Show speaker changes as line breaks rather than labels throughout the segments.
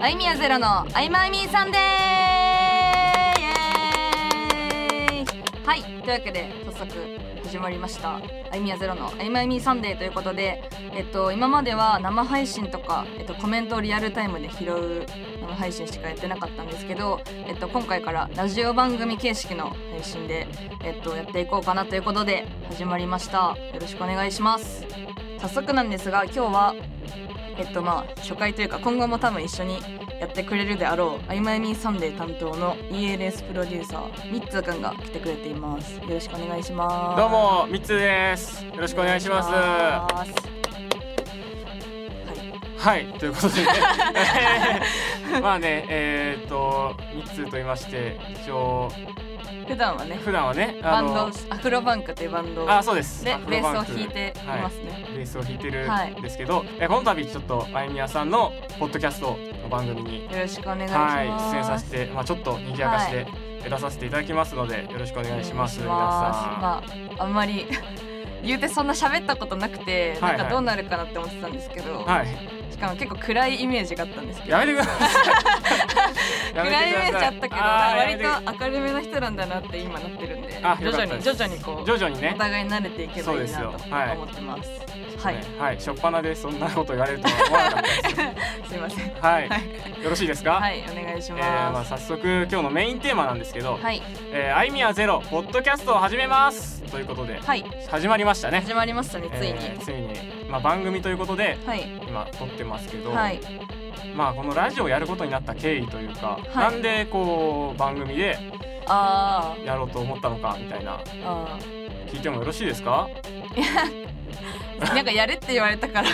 あいみやゼロのあいまいみーさんでーイエーイはいというわけで早速始まりました「あいみやゼロのあいまいみーサンデー」ということで、えっと、今までは生配信とか、えっと、コメントをリアルタイムで拾う生配信しかやってなかったんですけど、えっと、今回からラジオ番組形式の配信で、えっと、やっていこうかなということで始まりましたよろしくお願いします早速なんですが今日はえっとまあ初回というか今後も多分一緒にやってくれるであろう「あいまいみサンデー」担当の ELS プロデューサーみっつーくんが来てくれていますよろしくお願いします
どうも、みっつーです。よろ
よ
しくお願いします。は
はい
い、ということでね、 まあね、えーっと、みっつーと言いまして、一応
普段はね
普段はね、
バ
あ
ン
の
ドアフロバンクというバンド
あ、そうです。
で
アフ
ベ
ロバ
ー
ン
ス
ク
を弾いていますね、
はいベースを弾いてる
はい
んですけど、えこの度ちょっとあいみやさんのポッドキャストの番組に、
よろしくお願いします。
はい、出演させて、まあちょっと賑やかして。出させていただきますのでよろしくお願いします
お
皆さ
願いしますまあ、あんまり 言うてそんな喋ったことなくて、
はいはい
なんかどうなるかなって思ってたんですけど、
んはい
しかも結構暗いイメージがあったんですけど
やめてくださ いやめ
暗いイ
て
メ
く
ー
だ
ジ
さ
あ
い
ったけど
あーやめ
割
てください
と明るめな人なんだなって今なってるんで
あ
徐
よか
々
った
に
です
徐々にこう
徐々にね
お互い慣れていけばいいなと
そうですよはい
思ってます。はい、
ねはい、初っ端でそんなこと言われるとは思わなかったです。
すいません。
はい
は、
よろしいですか。
はい、お願いします。
えーまあ、早速今日のメインテーマなんですけど、
はい、
えー、あいみやゼロポッドキャストを始めますということで
はい、
始まりましたね。
始まりましたね、ついに。
えーついにまあ番組ということで
はい、
今撮ってますけど、
はい、
まあこのラジオをやることになった経緯というか、
はい
なんでこう番組で
あー
やろうと思ったのかみたいな
あ
聞いてもよろしいですか？
ー、なんかやれって言われたから。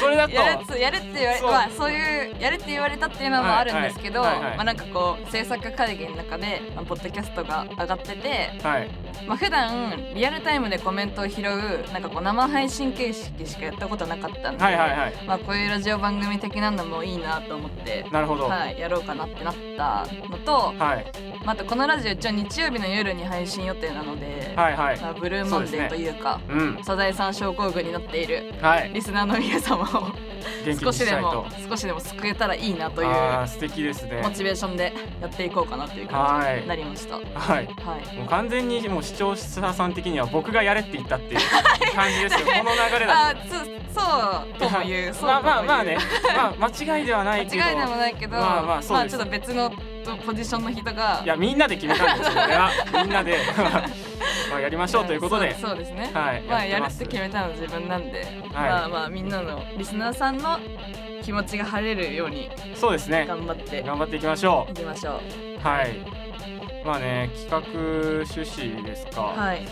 それだと
やるっつやるって言われ
そう
まあそういうやるって言われたっていうのもあるんですけど、
はいはいはいはい
まあなんかこう制作会議の中で、まあ、ポッドキャストが上がってて、
はい
まあ普段リアルタイムでコメントを拾うなんかこう生配信形式しかやったことなかったんで、
はいはいはい
まあこういうラジオ番組的なのもいいなと思って。
なるほどは
はい、やろうかなってなったのと、
いはい
まあ、あとこのラジオ一応日曜日の夜に配信予定なので、
はい
まあ、ブルーモンデーというか
うん
サザエさん症候群になっている
はい
リスナーの皆様を
元気
少
に
し
し
で
たい
も
と。
少しでも救えたらいいなという
あー素敵ですね
モチベーションでやっていこうかなという感じになりました。はい、
はいもう完全にもう視聴者さん的には僕がやれって言ったっていう感じですよこの流れだ
あーつそうとも言う、
と
そうとも言う。
まあまあまあねまあ間違いではないけど
間違いでもないけど、
まあまあそうです
ちょっと別のポジションの人が
いやみんなで決めたんですよこれはみんなで まあやりましょうということで
そうそうですね。
はい
まあや
や
る
っ
って
て
決
ま
め
す
たの自分なんで、まあまあみんなのリスナーさんの気持ちが晴れるように
そうですね
頑張って
頑張っていきましょ
いきましょう。
うはいまあね企画趣旨ですか、
はい、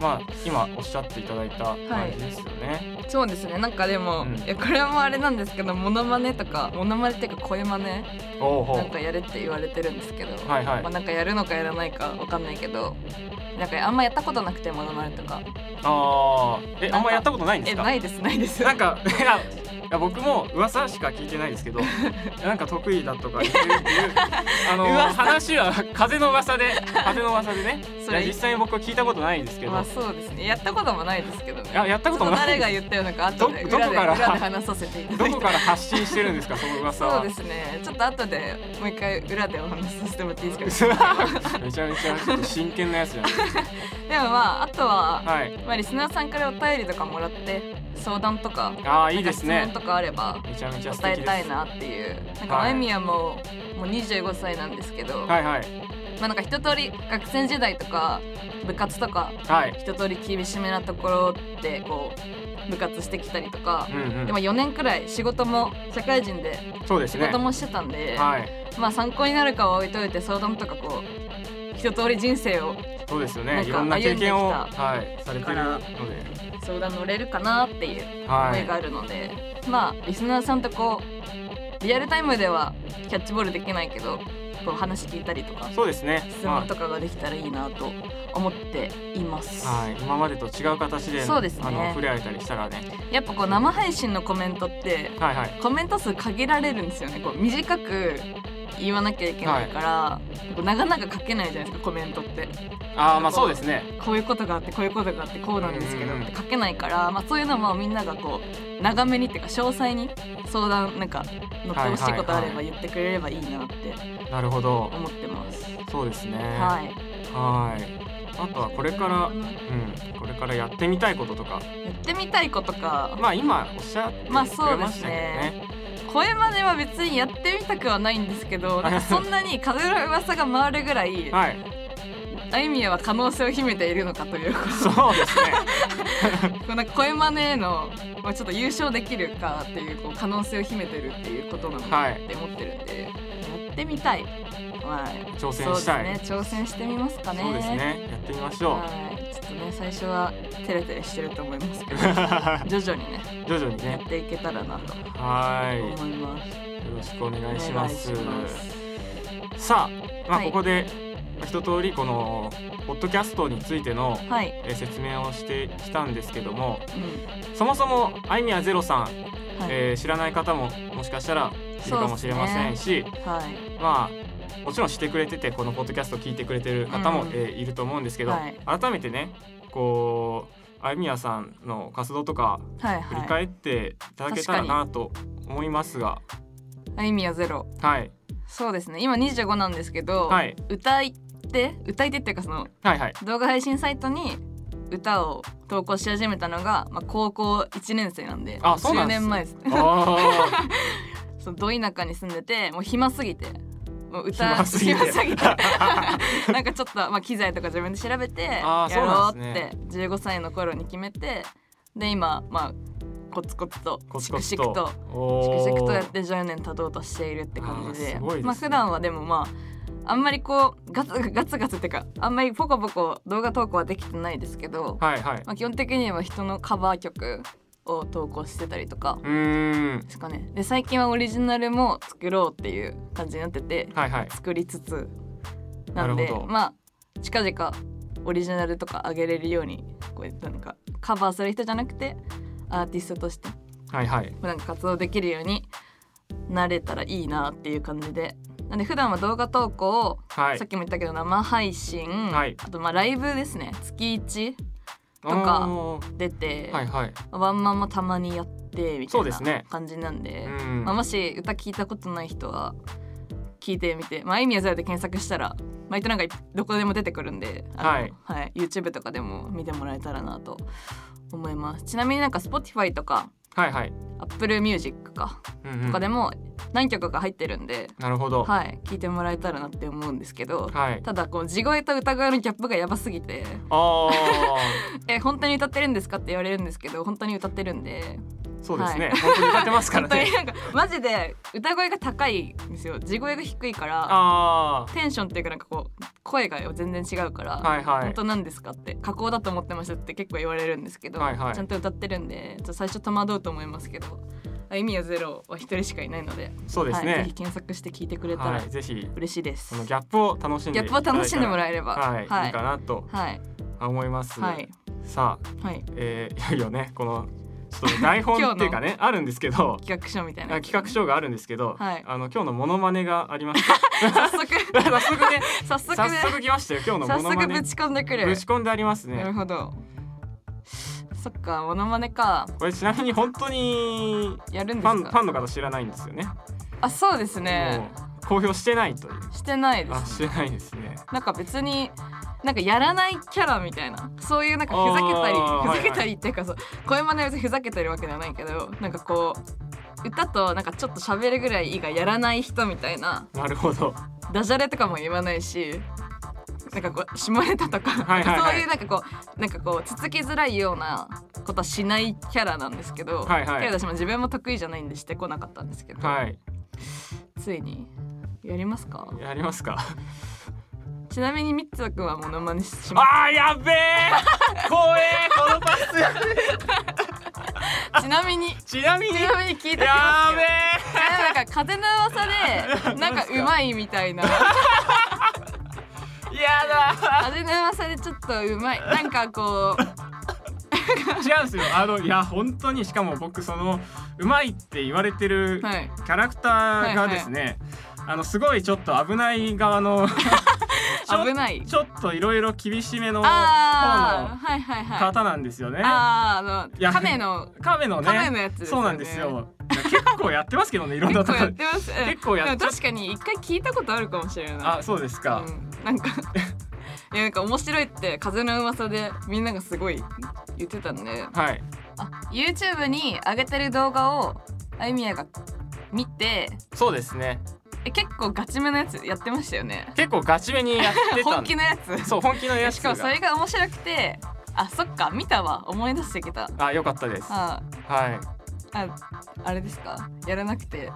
まあ今おっしゃっていただいた感じですよね、
そうですね。なんかでも、
うん
いやこれもあれなんですけど、モノマネとかモノマネっていうか声マネ
おうおう
なんかやれって言われてるんですけど、
はいはい
まあ、なんかやるのかやらないかわかんないけどなんかあんまやったことなくてモノマネとか
あー
な
え
んか
あんまやったことないんです
え
か
ないですないです
なんか いやいや僕も噂しか聞いてないですけ どなんか得意だとか言ってるっていうあ の
噂
話は風の噂で風の噂でね
それ
いや実際に僕は聞いたことないですけど、
まあそうですねやったこともないですけどね
いややったこともな
ち
い
ょっ誰が言ったようなか後で
どど
裏
こ
で
から
裏で話させていた
ど
だい
こ
て
から発信してるんですかその噂
そう
は
ですねちょっと後でもう一回裏でお話しさせてもらっていいですか
めちゃめちゃちょっと真剣なやつじゃないです
でもまああとは、
かはい
まあ、リスナーさんからお便りとかもらって相談とか
ああいいです
なんか
ね
質問とかあれば
めちゃめちゃ素
答
敵
え
です
たいなっていうなんか
はい
あゆみやももう25歳なんですけど、
はいはい
まあなんか一通り学生時代とか部活とか
はい
一通り厳しめなところでこう部活してきたりとか
う、ん
で
う
も4年くらい仕事も社会人で
んそうです
仕
ね
事もしてたんで、
はい
まあ参考になるかは置いといて相談とかこう一通り人生を
そうですよ
なん
ね
か
いろんな経験を
歩んでき
はいされてるの
相談乗れるかなっていう
で
思
はい
があるので、まあリスナーさんとこうリアルタイムではキャッチボールできないけどこう話聞いたりとか
そうですね
質
まあ
問とかができたらいいなと思っています。
はい、今までと違う形で
そうですね
あの触れ合えたりしたらね
やっぱこう生配信のコメントって
はいはい
コメント数限られるんですよねこう短く言わなきゃいけないから、なかなか書けないじゃないですかコメントって
ああまあそうですね
こういうことがあってこういうことがあってこうなんですけど
うん
って書けないから、まあ、そういうのもみんながこう長めにっていうか詳細に相談なんか乗ってほしいことあれば言ってくれればいいなって
なるほど
思ってます。
そうですね
はいい、
はいあとはこれからうんこれからやってみたいこととか
やってみたいことか、
まあ今おっしゃってくれ
ま
ま
あ
し
そうで
た
す
けど
ね
ね
声までは別にやってみたくはないんですけどなんかそんなに風の噂が回るぐらい
はい
あいみやは可能性を秘めているのかというこ
そうですね
となんか声真似への、まあ、ちょっと優勝できるかっていうこう可能性を秘めてるっていうことなのか
はい
って思ってるんで、やってみたい、はい、
挑戦した
そう
い
ですね挑戦してみますかね
そうですねやってみましょう
はい、ちょっとね最初はテレテレしてると思いますけ ど徐々にね
徐々に
や
ね
っていけたらなと
は
思います、
いよろしくお願いし
お願
ま
いし
す
ます
さあ、まあ、
はい
ここでまあ一通りこのポッドキャストについての
はい、
えー説明をしてきたんですけども
うん
そもそもあいみやゼロさん、
はい
えー知らない方ももしかしたらいるかもしれませんし、
はい
まあもちろんしてくれててこのポッドキャストを聞いてくれてる方も、
うん
えーいると思うんですけど、
はい
改めてねこうあいみやさんの活動とか
はい
振り
はい
返っていただけたらなと思いますが、
あいみやゼロ
はい、
そうですね今25なんですけど、
はい
歌い手歌い手っていうかその
は いはい
動画配信サイトに歌を投稿し始めたのが、まあ、高校1年生なんで
あそうな
10
んです
年前です
あ
そのど田舎に住んでてもう暇すぎてもう歌
暇すぎて
すぎて なんかちょっと、まあ、機材とか自分で調べて
あ
や
ー
ろうっ
そうなんで
て15歳の頃に決めてで今まあコツコツと
コツ
シ
コ
ク
ツ
シクと
とお
粛
ー
々とやって10年経とうとしているって感じで
あーすごいですね
まあ普段はでもまああんまりこうガツガツガツってかあんまりポコポコ動画投稿はできてないですけど、
はいはい
まあ、基本的には人のカバー曲を投稿してたりとか
うーん
ですかねで最近はオリジナルも作ろうっていう感じになってて
はいはい
作りつつなんで
なるほど
まあ近々オリジナルとか上げれるようにこうやってなんかカバーする人じゃなくてアーティストとして
はいはい
なんか活動できるようになれたらいいなっていう感じでなんで普段は動画投稿、
はい
さっきも言ったけど生配信、
はい
あとまあライブですね月1とか
お
出て、
ーはいはい
ワンマンもたまにやってみた
そ
いう
です
な
ね
感じなんで、
うん
まあ、もし歌聞いたことない人は聞いてみて「まああいみやざら」で検索したら毎度なんかどこでも出てくるんで、あの
はい
はい、YouTube とかでも見てもらえたらなと思います。ちなみになんか Spotify とか
はいはい
Apple Music か
うんう
と
ん
かでも何曲か入ってるんで、
なるほど
はい、聞いてもらえたらなって思うんですけど、
はい
ただこう地声と歌声のギャップがやばすぎて
あ
「え本当に歌ってるんですか?」って言われるんですけど本当に歌ってるんで
ーそうですね、
は
本当に歌ってますか
本当
ら
に
ね
なんかマジで歌声が高いんですよ地声が低いから
あ
テンションっていうかなんかこう声が全然違うから、
あはいはい
本当なんですかって加工だと思ってましたって結構言われるんですけど、
はいはい
ちゃんと歌ってるんでちょっと最初戸惑うと思いますけど「あ意味はゼロ」は一人しかいないので
そうです
はい、ぜひ
ね、
検索して聞いてくれた
は
ら
い、ぜひ
嬉しいです。
そのギャップを楽しん
ギ
で
ャップを楽しんでも
え
らえれば、
はい、、
はい
いかなと
はい、
思います、
はい、
さあ、
はい
えー、いよいよねこのちょっと台本っていうかねあるんですけど
企画書みたいな
あ
やつ
企画書があるんですけど、
はい
あの今日のモノマネがありまして
早速
早速ね
早速
早
ね
速来ましたよ今日の
早
モノマ
速
ネ
ぶち込んでくる
ぶち込んであります
なる
ね
ほどそっかモノマネか
これちなみに本当に
やるん
フ
です
ァンフ
か
ァンの方知らないんですよね
あそうですね
もう公表してないという
してないで
あ
す
してないですね
なんか別になんかやらないキャラみたいなそういうなんかふざけたり
あー
ふざけたりっていうかそう声真似は別にふざけてるわけではないけどなんかこう歌となんかちょっと喋るぐらい以外やらない人みたいな
なるほど
ダジャレとかも言わないしなんかこう下ネタとか、
はいはいはい
そういうなんかこうなんかこうつつきづらいようなことはしないキャラなんですけど、
はいはい
けど私も自分も得意じゃないんでしてこなかったんですけど、
はい
ついにやりますか
や りますか
ちなみにみっつーくんはモノマネしま
あーやべえ怖えこのパスやべえ
すちなみに
ちなみに
ちなみに聞いてきますよ
やべ
なんか風の噂でなんかうまいみたい な
えやだ
風の噂でちょっとうまいなんかこう
違うんですよあのいや本当にしかも僕そのうまいって言われてる
はい
キャラクターがですね、あのすごいちょっと危ない側のち ょ
危ない
ちょっといろいろ厳しめの方
ああ
の
はいはいはい
方なんですよね。
あーあの
いや
亀の
亀のね
亀のやつですよね
そうなんですよ。結構やってま すけどねいろんな
結
と
構
こ
や
ろ
っ
で
てますうん
結構やっ
で
ちゃ
も確かに一回聞いたことあるかもしれない
あそうですか。
うん、なんかいやなんか面白いって風の噂でみんながすごい言ってたんで
はい
あ YouTube に上げてる動画をあゆみやが見て
そうですね
え結構ガチめのやつやってましたよね
結構ガチめにやってた
本
ん
気のやつ
そう本気のやつ
しか
が
もそれが面白くてあそっか見たわ思い出してきた
あ良かったです。は
あ
い
ああれですかやらなく て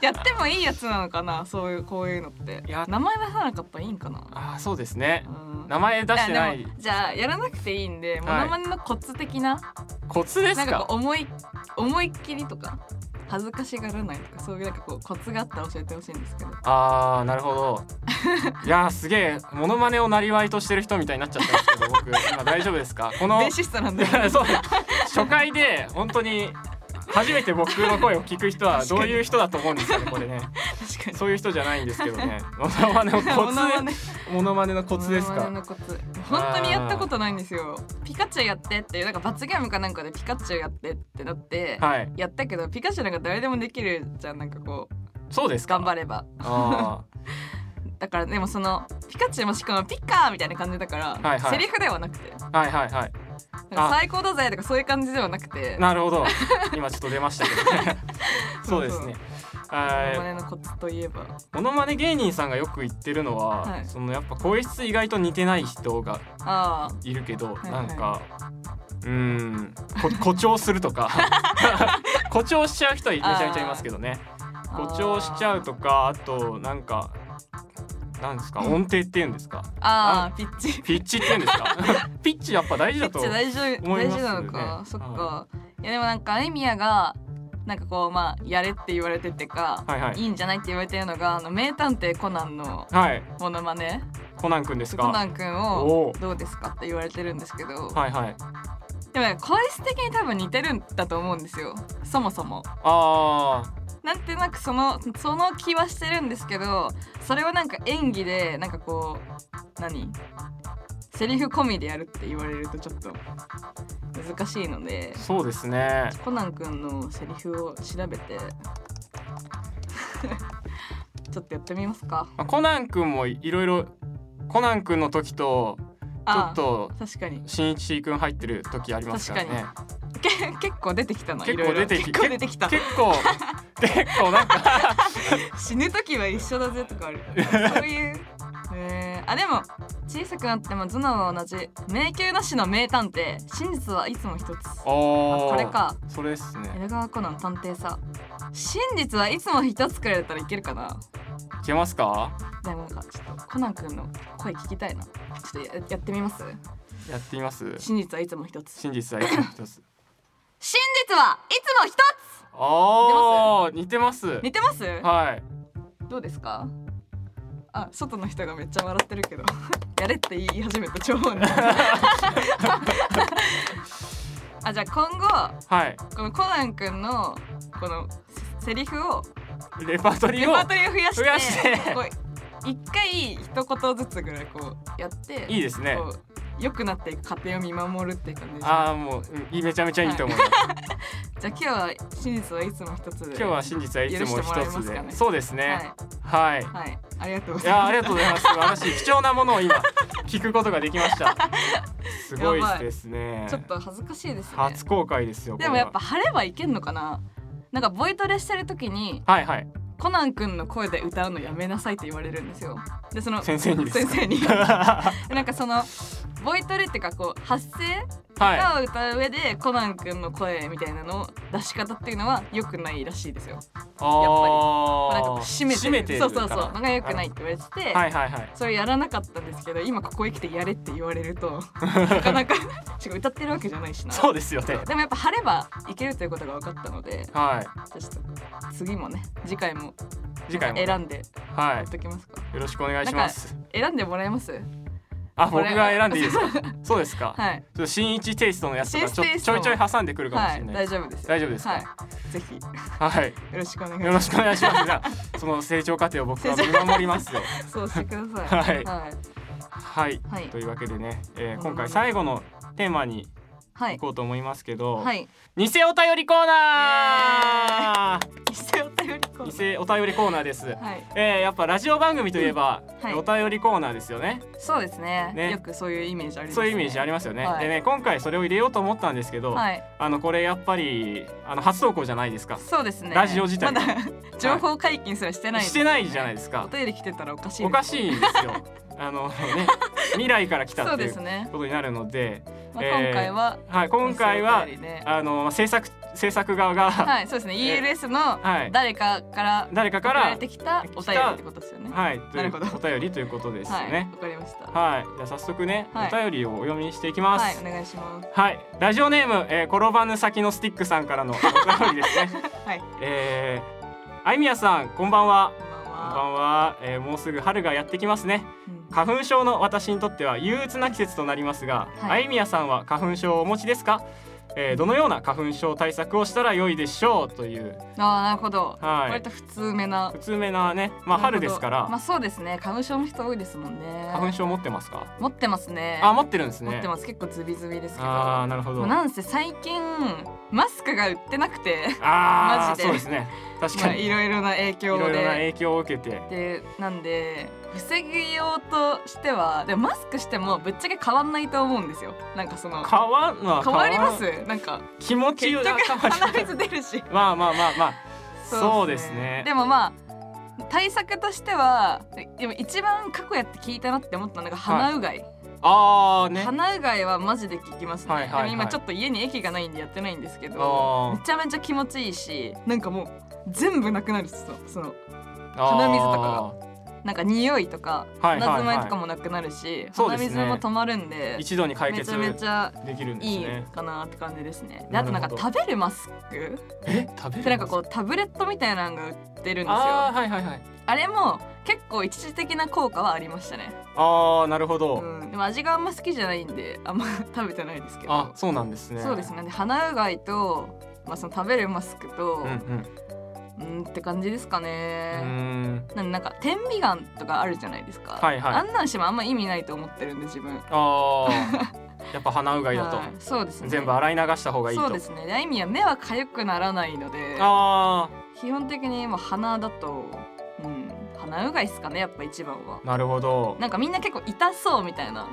やってもいいやつなのかなそういうこういうのって
いや
名前出さなかったらいいんかな
あそうですね
うん
名前出してな
あで
い
もじゃあやらなくていいんでモ
はい
ノマネのコツ的な、
コツです
なん
か
かこう思い思いっきりとか恥ずかしがらないとかそういうなんかこうコツがあったら教えてほしいんですけど
あーなるほどいやーすげえモノマネをなりわいとしてる人みたいになっちゃったんですけど 僕今大丈夫ですかこの
電子ストなんで
そう初回で本当に初めて僕の声を聞く人はどういう人だと思うんですよねこれね
確かに
そういう人じゃないんですけどねモノマネのコツ
モノマネ
モノマネのコツです
モノマ
か
ネのコツ本当にやったことないんですよピカチュウやってっていうなんか罰ゲームかなんかでピカチュウやってってなって、
はい
やったけどピカチュウなんか誰でもできるじゃんなんかこう
そうですか
頑張れば
あ
だからでもそのピカチュウもしかもピッカーみたいな感じだから、
はいはい
セリフではなくて
ーはいはいはい
なん
あ
か最高だぜとかそういう感じではなくて
なるほど今ちょっと出ました けどそうですね
モノマ
は
ネのコツといえば
いモノマネ芸人さんがよく言ってるのは、
はい
そのやっぱ声質意外と似てない人が
あ
いるけど、
はい
なんかうーんこ 誇張するとか誇張しちゃう人はめちゃめちゃいますけどね
あ
誇張しちゃうとかあとなんかなんですか音程っていうんですか
あーあーピッチ
ピッチっていうんです かピッチやっぱ大
ピ
事だ
ッ
と
チ大事
思い
大
ます
事
よね
なのか、
うん
そっかいやでもなんかあいみやがなんかこうまあやれって言われてってか、
はいはい
いんじゃないって言われてるのがあの名探偵コナンの
はい
モノマネ
コナンくんですか
コナンくん
お
を
う
どうですかって言われてるんですけど、
はいはい
でもなんか声質的に多分似てるんだと思うんですよそもそも
あー
なんてなくそのその気はしてるんですけどそれをなんか演技でなんかこう何セリフ込みでやるって言われるとちょっと難しいので
そうですね
コナン君のセリフを調べて ちょっとやってみますか
まあコナンくんもいろいろコナンくんの時とちょ
あ
っと
確かに
新一くん入ってる時ありますからね
け結構出てきたな
結構
いろいろ
出てき
結構出てきた
結構結構なんか
死ぬ時は一緒だぜとかある そういう、えー、あでも小さくなっても頭脳は同じ迷宮なしの名探偵真実はいつも一つ
おー
あこれか
それですね
江戸川コナン探偵さ真実はいつも一つくらいだったらいけるかない
けますか
でもなんかちょっとコナン君の声聞きたいなちょっとややってみます
やってみます
真実はいつも一つ
真実は一つ
真実はいつも一つ
あー似てます
似てます
はい
どうですかあ外の人がめっちゃ笑ってるけど やれって言い始めた超音 あじゃあ今後
はい
このコナン君のこのセセリフを
レパートリ
レ
ーを
パートリーを増やして
増やして
こう一回一言ずつぐらいこうやって
いいですね
こう良くなっていく過程を見守るっていう感じですじゃあ
あーもううんいいめちゃめちゃいいと思います
今日は真実はいつも一つで
今日は真実はいつも
許してもらえま
一つ
すか
で
ね
そうですねは
はい、
い
はい、ありがとうご
い
ざい
やー
ま
ありがとうございます素晴らしい貴重なものを今聞くことができましたすごい
やばい
ですね
すちょっと恥ずかしいですね
初公開ですよ
でもやっぱ晴ればいけんのかななんかボイトレしてる時に
これははい はい
コナン君の声で歌うのやめなさいって言われるんですよでその
先生にです
先
か
生 に
は
なんかそのボイトレっていうかこう発声
い
歌を歌う上で、コナン君の声みたいなのを出し方っていうのは良くないらしいですよ
あ
なんか
ー
締めて
締めてる
そうそうそう
から
のが良くないって言われてて、
はいはいはい
それやらなかったんですけど今ここへ来てやれって言われる となかな かしかも歌ってるわけじゃないしな
そうですよね
でもやっぱ晴ればいけるということが分かったので
はい
じゃあちょっと次もね次回も
次回も
選んで
は
やっときますか、
いよろしくお願いします
選んでもらえます
あ
こ
僕
れ
が選んでいいで すかそうですか、
はい
ちょっと新一テイストのやつとかち
新
ょ
一テイス
ち
ト
ょいちょい挟んでくるかもし
は
れ
い
ない
大
です、
丈夫ですよ
大丈夫ですか
はいぜひよ
はい、
ろしくお願いし
よ
ま
ろ
す
しくお願いしますじゃあその成長過程を僕は見守りますよ
そうしてください
はい
はい
はい、
はい
というわけでね、えー
うん
今回最後のテーマに
は
行
い
こうと思いますけど、
はい
偽お便りコーナー
偽お便りコー
偽お便りコーナーです、
ナーはい
えー、やっぱラジオ番組といえば、
はい
お便りコーナーですよね
そうですね
ね
よくそういうイメージありますね
そういうイメージありますよね、
はい
でね今回それを入れようと思ったんですけど、
はい
あのこれやっぱりあの初投稿じゃないですか
そうですね
ラジオ自体
まだ情報解禁すらしてない
してないじゃないです
お
か
便り来てたらおかしい
おか
し
しいんで すよあのね未来から来た
そ
っ
う
てい
です
う
ね
ことになるので
まあ
えー
今回は
はい、今回は
偽お便りで
あの制作制作側が、
はいそうですね ELS の
はい
誰かから
誰かか
送られ
ら
てきたお便りってことですよね
はいとい
なる
う
ほど
お便りということですよ
はい
ね
わかりました
はい、じゃあ早速ね、
はい
お便りをお読みしていきます、
はいお願いします
はい、ラジオネーム、えー、転ばぬ先のスティックさんから のお便りですね。
はい
えー、あいみやさん、こんばんは。
こんばん
こんば
は
んは、えーもうすぐ春がやってきますね。
うん
花粉症の私にとっては憂鬱な季節となりますが、
はい
あいみやさんは花粉症をお持ちですか。えー、どのような花粉症対策をしたら良いでしょうという、
ああなるほど
はい
割と普通めな
普通めなね、まあ
なる
春
ほど
ですから、
まあそうですね花粉症の人多いですもんね
花粉症持ってますか。
持ってますね
あ、持ってるんですね。
持ってます結構ズビズビですけど
ああ、なるほど。
もうなんせ最近マスクが売ってなくて
あ
マ
あ、
ジで
そうですね。確
ま
か
あ
に、
いろいろな影
いろ
響
いろな
で
影響を受けて。
でなんで防ぎようとしてはでもマスクしてもぶっちゃけ変わんないと思うんですよなんかその
変わんの
変わりますなんか
気持
結
ちよ
局鼻水出るし
まあまあまあまあそうですね
でもまあ対策としてはでも一番過去やって聞いたなって思ったのが鼻うがい、
ああね
鼻うがいはマジで効きますね、
はいはいはい
でも今ちょっと家に駅がないんでやってないんですけど
あ
め
ー
ちゃめちゃ気持ちいいしなんかもう全部なくなるそのその
あー
鼻水とかなんか匂いとか
はいはいは
鼻
い
づまいとかもなくなるし、
そうですね
鼻水も止まるんで
一度に解
め
決
ちゃめちゃ
できるんです
いい
ね
かなって感じですね。で
な
あ
る
と
ほど
なんか食べるマスク
え食べる
でなんかこうタブレットみたいなのが売ってるんですよ
あ
あ
ーはいはいはい
れも結構一時的な効果はありましたね、
ああなるほど、
うん、でも味があんま好きじゃないんであんま 食べてないですけど
あそうなんですね
そうですねで鼻うがいと、まあ、その食べるマスク
う
と
んうん
うんって感じですか
う
ね
ーん
なんなんか天美眼とかあるじゃないですか、
はいはい
あんなんしてもあんま意味ないと思ってるんで自分
あーやっぱ鼻うがいだと、
はいそうですね
全部洗い流した方がいいと
そうですねであいみは目は痒くならないので
あ
基本的にもう鼻だと、うん、鼻うがいですかねやっぱ一番は
あなるほど
なんかみんな結構痛そうみたいな、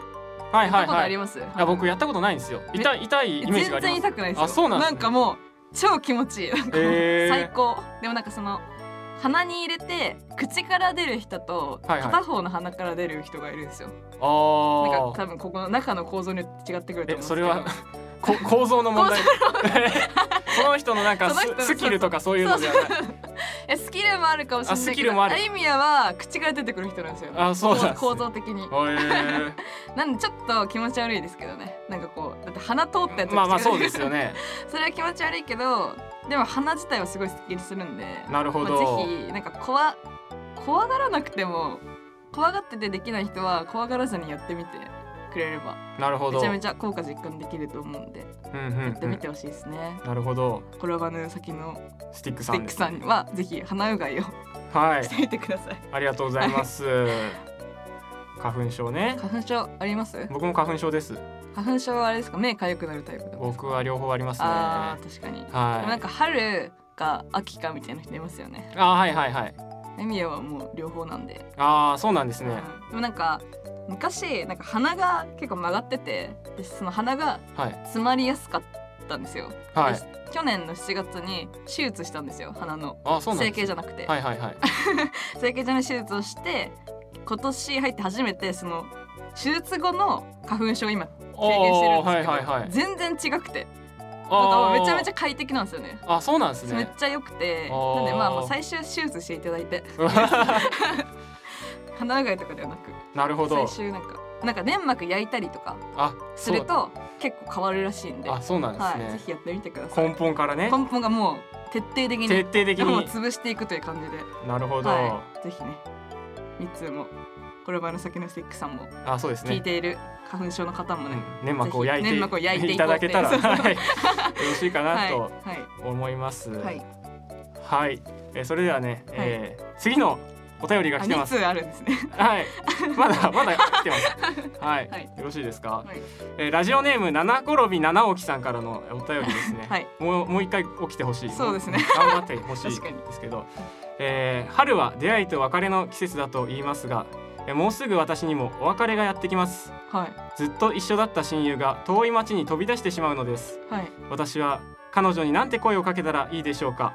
はい
痛
はいい
ことあ
はい
り
い
ます
や僕やったことないんですよ痛い痛いイメージがあ
全然
ります
痛くないですよ
あそうなんですね
かもう超気持ちいいなんかもう
へー
最高でもなんかその鼻に入れて口から出る人と
はいはい
片方の鼻から出る人がいるんですよ、なん
あ
か
あ
多分ここの中の構造によって違ってくると思うんですけど
えそれはこ構造の 問題その人のなんか
その人の
ススキルとかそういうのではない
えスキルもあるかもしれないけど
あスキルもある
イミヤは口から出てくる人なんですよ
あそうなんですね
構造的に
へー
なんでちょっと気持ち悪いですけどねなんかこうだって鼻通ったやつ
まあまあそうですよ
ね
ね。
それは気持ち悪いけどでも鼻自体はすごいスッキリするんで
なるほど。
まあ、ぜひなんか怖怖がらなくても怖がっててできない人は怖がらずにやってみてくれれば
なるほど。
めちゃめちゃ効果実感できると思うんで
うんうん
やって
う
み
ん
てほしいですね。
なるほど。
転ばぬ先の
スティック
ス
さ
テ
ん
ッ
で
ク
す。
さんはぜひ鼻うがいを
は
し
い。
てみてください。
ありがとうございます。花粉症ね。
花粉症あります？
僕も花粉症です。
花粉症はあれですか目痒くなるタイプだ。
僕は両方ありますね。
ああ確かに。でもな
は
ん
い。
か春か秋かみたいな人いますよね。
あはいはいはい。
エミヤはもう両方なんで。
ああそうなんです
う
ね。
んでもなんか昔なんか鼻が結構曲がっててでその鼻が
はい
詰まりやすかったんですよ、
はい
で。去年の7月に手術したんですよ鼻の
あそうなん
整形
ですね。
じゃなくて、
はいはいはい。
整形じゃない手術をして今年入って初めてその手術後の花粉症を今経験してるん
あーはいはい
で
はい
す。けど全然違くて
あー
めちゃめちゃ。快適なんですよね
あそうなんです
めっ
ね。
ちゃ良くて
あー
なんでまあもう最終手術していただいて鼻うがいとかではなく
なるほど
最。終なんかなんか粘膜焼いたりとか
あ
すると結構変わるらしいんで、
そうあそうなんです
はい、
ね。
ぜひやってみてください。
根本からね
根本がもう徹底的に
徹底的
もう
に
潰していくという感じで、
なるほど、
はい、ぜひね、三つもロバの先のスティックさんも
あそうです
聞い
ね、
ている花粉症の方も
う
ね
ん、粘膜を焼い
ぜ
て
ひ粘膜を焼いていこう
ただけたら
そうそう
はいよろしいか
は
ないと
は
思います
いはい
はいえーそれではね、えー次のお便りが
あ
来て
二
ます
通あるんですね
はいまだまだ来てますはい、
はい
よろしいですか、
はい。
えーラジオネーム七転び七起きさんからのお便りですね
はい
もうもう一回起きてほしい。
そうですね
頑張ってほしい
確かに
ですけど、えー春は出会いと別れの季節だと言いますが、えーもうすぐ私にもお別れがやってきます。
はい
ずっと一緒だった親友が遠い町に飛び出してしまうのです。
はい
私は彼女になんて声をかけたらいいでしょうか。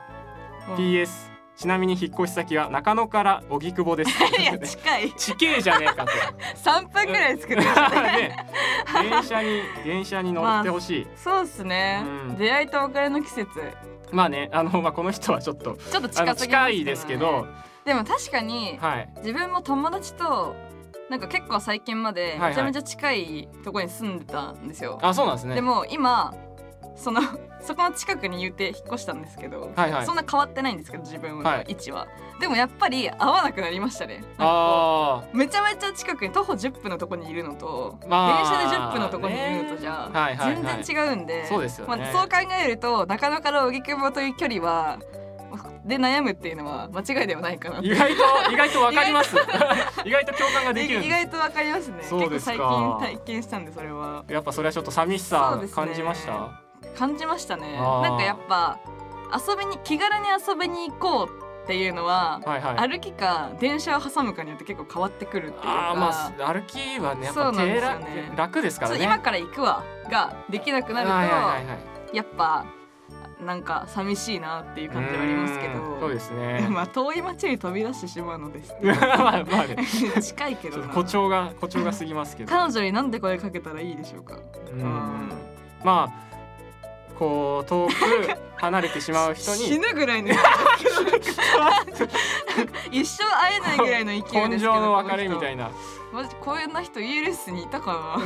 もう
P.S. ちなみに引っ越し先は中野から荻窪です。
いや近い
地形じゃねえかと。
三分ぐらい作ってましたね
ね、電車に電車に乗ってほしい。
そうですね、
うん
出会いと別れの季節
まあね、あのまあこの人はちょっと
ちょっと
あ
近
の
すぎ
近いですけど、
でも確かに
はい。
自分も友達となんか結構最近まで
いはい
めちゃめちゃ近いところに住んでたんですよ、
あ、そうなんですね。
でも今その そこの近くに言って引っ越したんですけど、
はいはい
そんな変わってないんですけど自分の
はい
位置は、でもやっぱり会わなくなりましたねなんかこ
あ
うめちゃめちゃ近くに徒歩10分のとこにいるのと、
まあ
電車で10分のとこにいるのとじゃ、
ねはいはいはい
全然違うんで
そうですよね
まあ、そう考えると中野から荻窪という距離はで悩むっていうのは間違いではないかな
あ、意外と意外とわかります。意外と共感ができるん
意
で
外とわかりますね
そうですか
結構最近体験したんでそれは
す。やっぱそれはちょっと寂し
そう
さ
ですね
感じました。
感じましたね
あー
なんかやっぱ遊びに気軽に遊びに行こうっていうのは、
はいはい。
歩きか電車を挟むかによって結構変わってくるっていうか
ああ、まあ歩きはねやっ
そ
ぱ
うなんで
手
すよ
ら
ね
楽ですか
そ
ら
う
ね。
今から行くわができなくなると、
はいはいはいはい。
やっぱなんか寂しいなっていう感じはありますけ
うー
ど。
んそうですね
まあ遠い町に飛び出してしまうのです
まあまあね。
近いけ
ち
ど
ょっ
な
と誇張が誇張が過ぎま すけど。
彼女になんで声かけたらいいでしょうか
うん
うん
まあこう遠く離れてしまう人
死
に
ぬぐらいの一生会えないぐらいの勢いですけど
根性の別れみた
ない
な
マジこんな人イギリスにいたか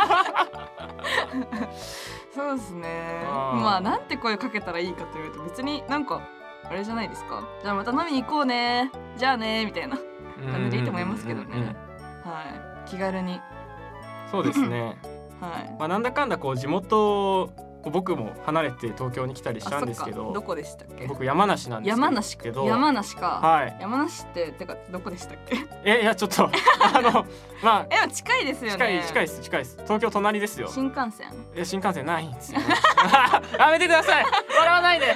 なそうですね
あー
まあなんて声かけたらいいかと言われて別になんかあれじゃないですかじゃあまた飲みに行こうねじゃあねみたいな感じでいいと思いますけどね
うんうんうん
はい気軽に
そうですね、
はい
まあ、なんだかんだこう地元を僕も離れて東京に来たりし
あ
たん
そ
で
っ
す
か
けど
どこでしたっけ
僕山梨なんですけど
山梨か
けど
山梨か
はい
山梨っててかどこでしたっけ
えいやちょっとあのま
えでも近いです
あ
よ
近い
ね
近いです近いです東京隣ですよ
新幹線
え新幹線ないん ですよやめてください笑わないで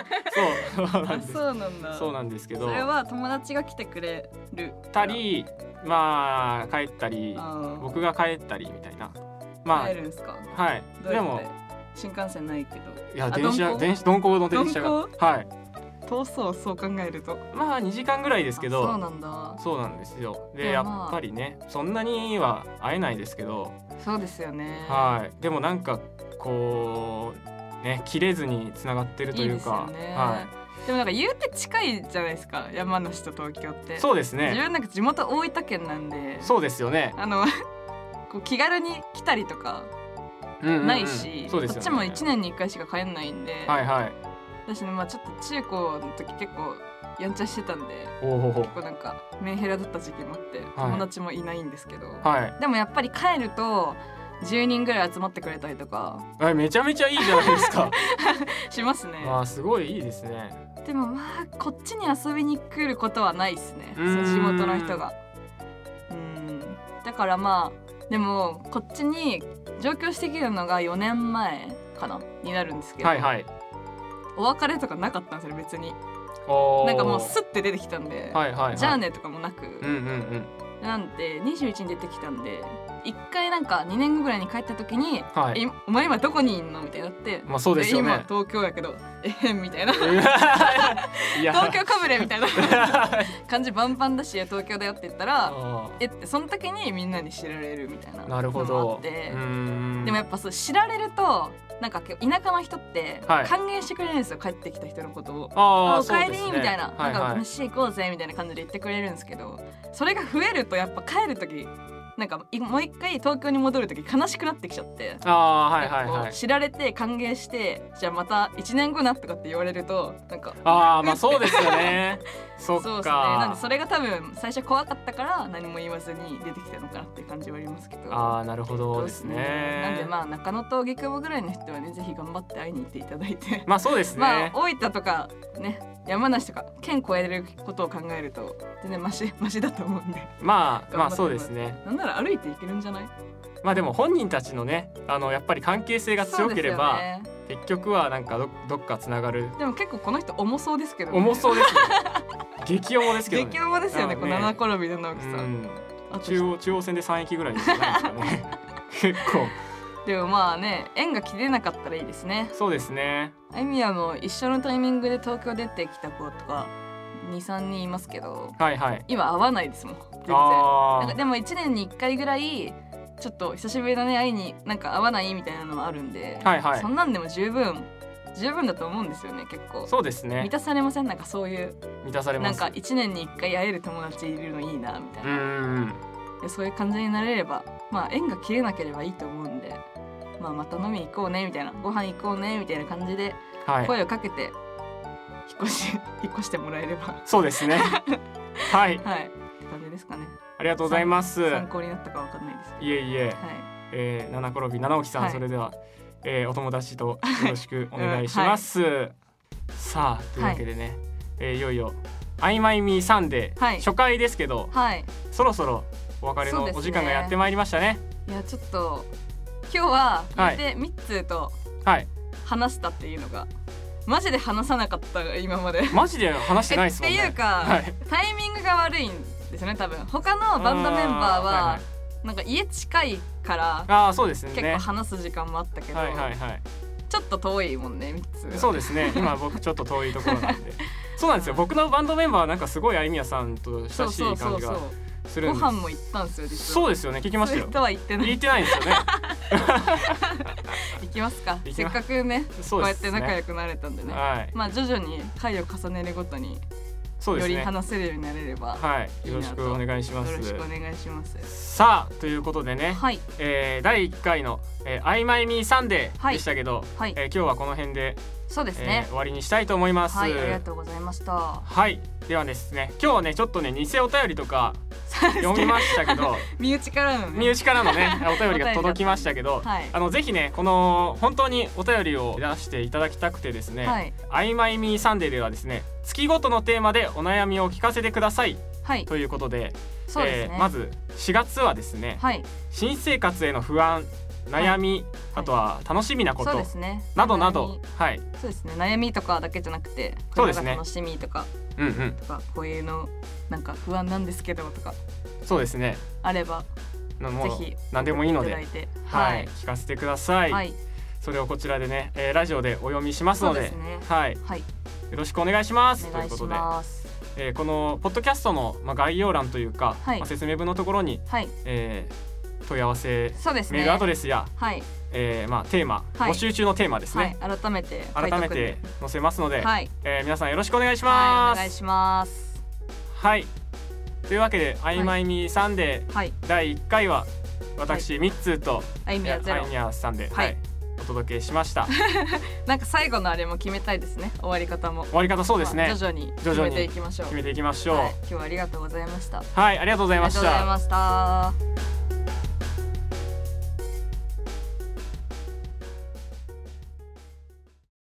そうそうなん
あ
です
そうなんだ
そうなんですけど
それは友達が来てくれる
たりまあ帰ったり
あー
僕が帰ったりみたいなま
帰るんですか
あはい
どう
で
やっ
も
て新幹線ないけ
いや
あ
電
鈍
車
行
電車鈍行の電車が
鈍
はい
ど遠そうそう考えると
まあ2時間ぐらいですけ
あそう
ど
なんだ
そうなんですよで
で
や
もまあ
っぱりねそんなには会えないですけど
そうですよね
はいでもなんかこうね切れずにつながってると
いい
い
で
う
すよ
か
ね、
は
でもなんか言うて近いじゃないですか山梨と東京って
いそうです
自
ね
分なんか地元大分県なんで
そうですよね
あの こう気軽に来たりとか
うんうんうん
ないし、
そうですよ
こ
ね
っちも1年に1回しか帰んないんで、
はいはい
私ねまあちょっと中高の時結構やんちゃしてたんで
おおお
こうなんかメンヘラだった時期もあって友達もいないんですけど、
はい
でもやっぱり帰ると10人ぐらい集まってくれたりとか
あめちゃめちゃいいじゃないで すか
しますね
あーすごいいいですね
でもまあこっちに遊びに来ることはないですね
うーん
地元の人がうんだからまあでもこっちに上京してきたのが4年前かなになるんですけど、
はいはい
お別れとかなかったんですよね別に
おー
なんかもうスッて出てきたんで、
はいはいはい
じゃあねとかもなく、
うんうんうん
なんで21に出てきたんで一回なんか2年後ぐらいに帰った時に「
はい
えお前今どこにいんの?」みたいになって
まあそうですよ
今
ね
東京やけどえへんみたいな
いや
東京かぶれみ たいな感じバンバンだしいや東京だよって言ったら
あ
えってその時にみんなに知られるみたいな
ーなるほ
のもあ
ど
って
うーん
でもやっぱそう知られるとなんか結構田舎の人って
はい
歓迎してくれるんですよ、帰ってきた人のことを。
あ
あ
ー
お
そう
帰
で
り
すね
みたいな、
はい
なんか
はい
飯行こうぜみたいな感じで言ってくれるんですけどそれが増えるとやっぱ帰る時なんかいもう一回東京に戻る時悲しくなってきちゃって、
あーはいは
な
い
んか
は
こ
いう
知られて歓迎してじゃあまた1年後なとかって言われるとなんか
あーまあそうですよねそっ
そうですねなん
か
でそれが多分最初怖かったから何も言わずに出てきたのかなっていう感じはありますけど
ああなるほどですね
なんでまあ中野と荻窪ぐらいの人はねぜひ頑張って会いに行っていただいて、
まあそうですね、
まあ大分とかね山梨とか県越えれることを考えると全然マシ マシだと思うんで
まあま
頑張っ
あ
て
そうですね
なんなら歩いて行けるんじゃない
まあでも本人たちのねあのやっぱり関係性が強ければ、
そうですよね
結局はなんかどどっかつながる
でも結構この人重そうですけど、ね、
重そうですね 激重ですけどね
激重ですよね
うん
この七転びの直樹さん、
うん
あと
中央中央線で三駅ぐらいじゃないですかね結構
でもまあね縁が切れなかったらいいですね
そうですね
あゆみやも一緒のタイミングで東京出てきた子とか23人いますけど
はいはい
今会わないですもん全然
あ
なんか
ー
でも1年に1回ぐらいちょっと久しぶりだね会いになんか会わないみたいなのはあるんで、
はいはい
そんなんでも十分十分だと思うんですよね結構
そうですね
満たされませんなんかそういう
満たされ
な
ま
ん
す
か1年に1回会える友達いるのいいなみたいうな、
ん
でそういう感じになれればまあ縁が切れなければいいと思うんで、まあ、また飲み行こうねみたいなご飯行こうねみたいな感じで
はい
声をかけて引っ越し 引っ越してもらえれば
そうです ねはい
はいって感じですかね
ありがとうございます
参考になったかわかんないですけど
いえいえ、
はい
えー、七転び七起さん、
はい
それでは、えー、お友達とよろしくお願いします、 さあというわけでね、いえーいよいよ「あいまいみサンデー」
はい
初回ですけど
はい
そろそろお別れ
そう
の
ですね
お時間がやってまいりましたね
いやちょっと今日は
はい
でミッツーと
はい
話したっていうのがマジで話さなかった今まで。
マジで話してないですもんね
えっていうか、
はい
タイミングが悪いんですよね多分他のバンドメンバーは
あはいはい
なんか家近いから
あーそうです
結
ね
構話す時間もあったけど、
はいはいはい
ちょっと遠いもんねミッツーは
そうですね今僕ちょっと遠いところなん でそうなんですよ僕のバンドメンバーはなんかすごい有宮さんと
そ
親
う
し
そう
い
そ
感
う
じ
そう
がするん
ご
です
飯も行ったんですよ実
そうですよね聞きましたよ
それとは言ってな
言
い
ってないんですよね
行きますか
行き
せっ
ます
かくねこ
そうう
や
で
っ
す
て
ね
仲良くなれたんでね
はい
まあ徐々に回を重ねるごとに
そうで
よ
す
り
ね
話せるようになれれば、
はいよろしくお願いしま
よろし
す
くお願いします。
さあということでね、
はい
えー第1回の「えー、あいまいみサンデー」でしたけど、
はい、
えー今日はこの辺で、
そうです
えー
ね。
終わりにしたいと思います、
はいありがとうございました。
はいではですね今日はねちょっとね偽お便りとか読みましたけ ど
身内からのね。
身内からのねお便り
お便りだった
が届きましたけど、
はい
あのぜひねこの本当にお便りを出していただきたくてですね、
はい
あいまいみサンデーではですね月ごとのテーマでお悩みを聞かせてください
はい
ということで
そうですね。
えーまず4月はですね、
はい
新生活への不安悩み、あとは楽しみなこ
そう
と
ですね。
などな
悩
ど
み
はい
そうですね悩みとかだけじゃなくて
そうですね
これが楽しみとか
うんうん
とかこういうのなんか不安なんですけどとか
そうですね
あれば
なもう
ぜひ
何でもいいの
いただ
で
いて
はい、
はい
聞かせてください、
はい
それをこちらでね、えーラジオでお読みしますので
そうですね
はい
はい
よろしくお願いします
お願い
という
し
ことで、
ます。
えーこのポッドキャストの、まあ、概要欄というか、
はい
まあ、説明文のところに、
はい
えー問い合わせ
そうですね。
メールアド
レ
レスや、
はい
えーまあ、テーマ、
はい
募集中のテーマです
はい
ね、
改めて書いと
改
く
め
んで
て載せますので、
はい
えー皆さんよろしくお願いし
はい
ま
お
す。
願いします。
はい。というわけで、あいまいみサンデー
はい
第1回は私、ミッツーと
あゆみ
え
やゼ
ア
ロ
イニャーさんで、
は
はいい、お届けしました。終
なんか最後のあれも決めたいですね終わり方も
わり方そうで す
ま
ね
あ。徐々に
徐
決
々
め
に
ていきましょう
決めていきましょう。
はい、今日はありがとうございましたあり
はい、ありがとうござい
が
ま
と
し
うござ
た
い。ました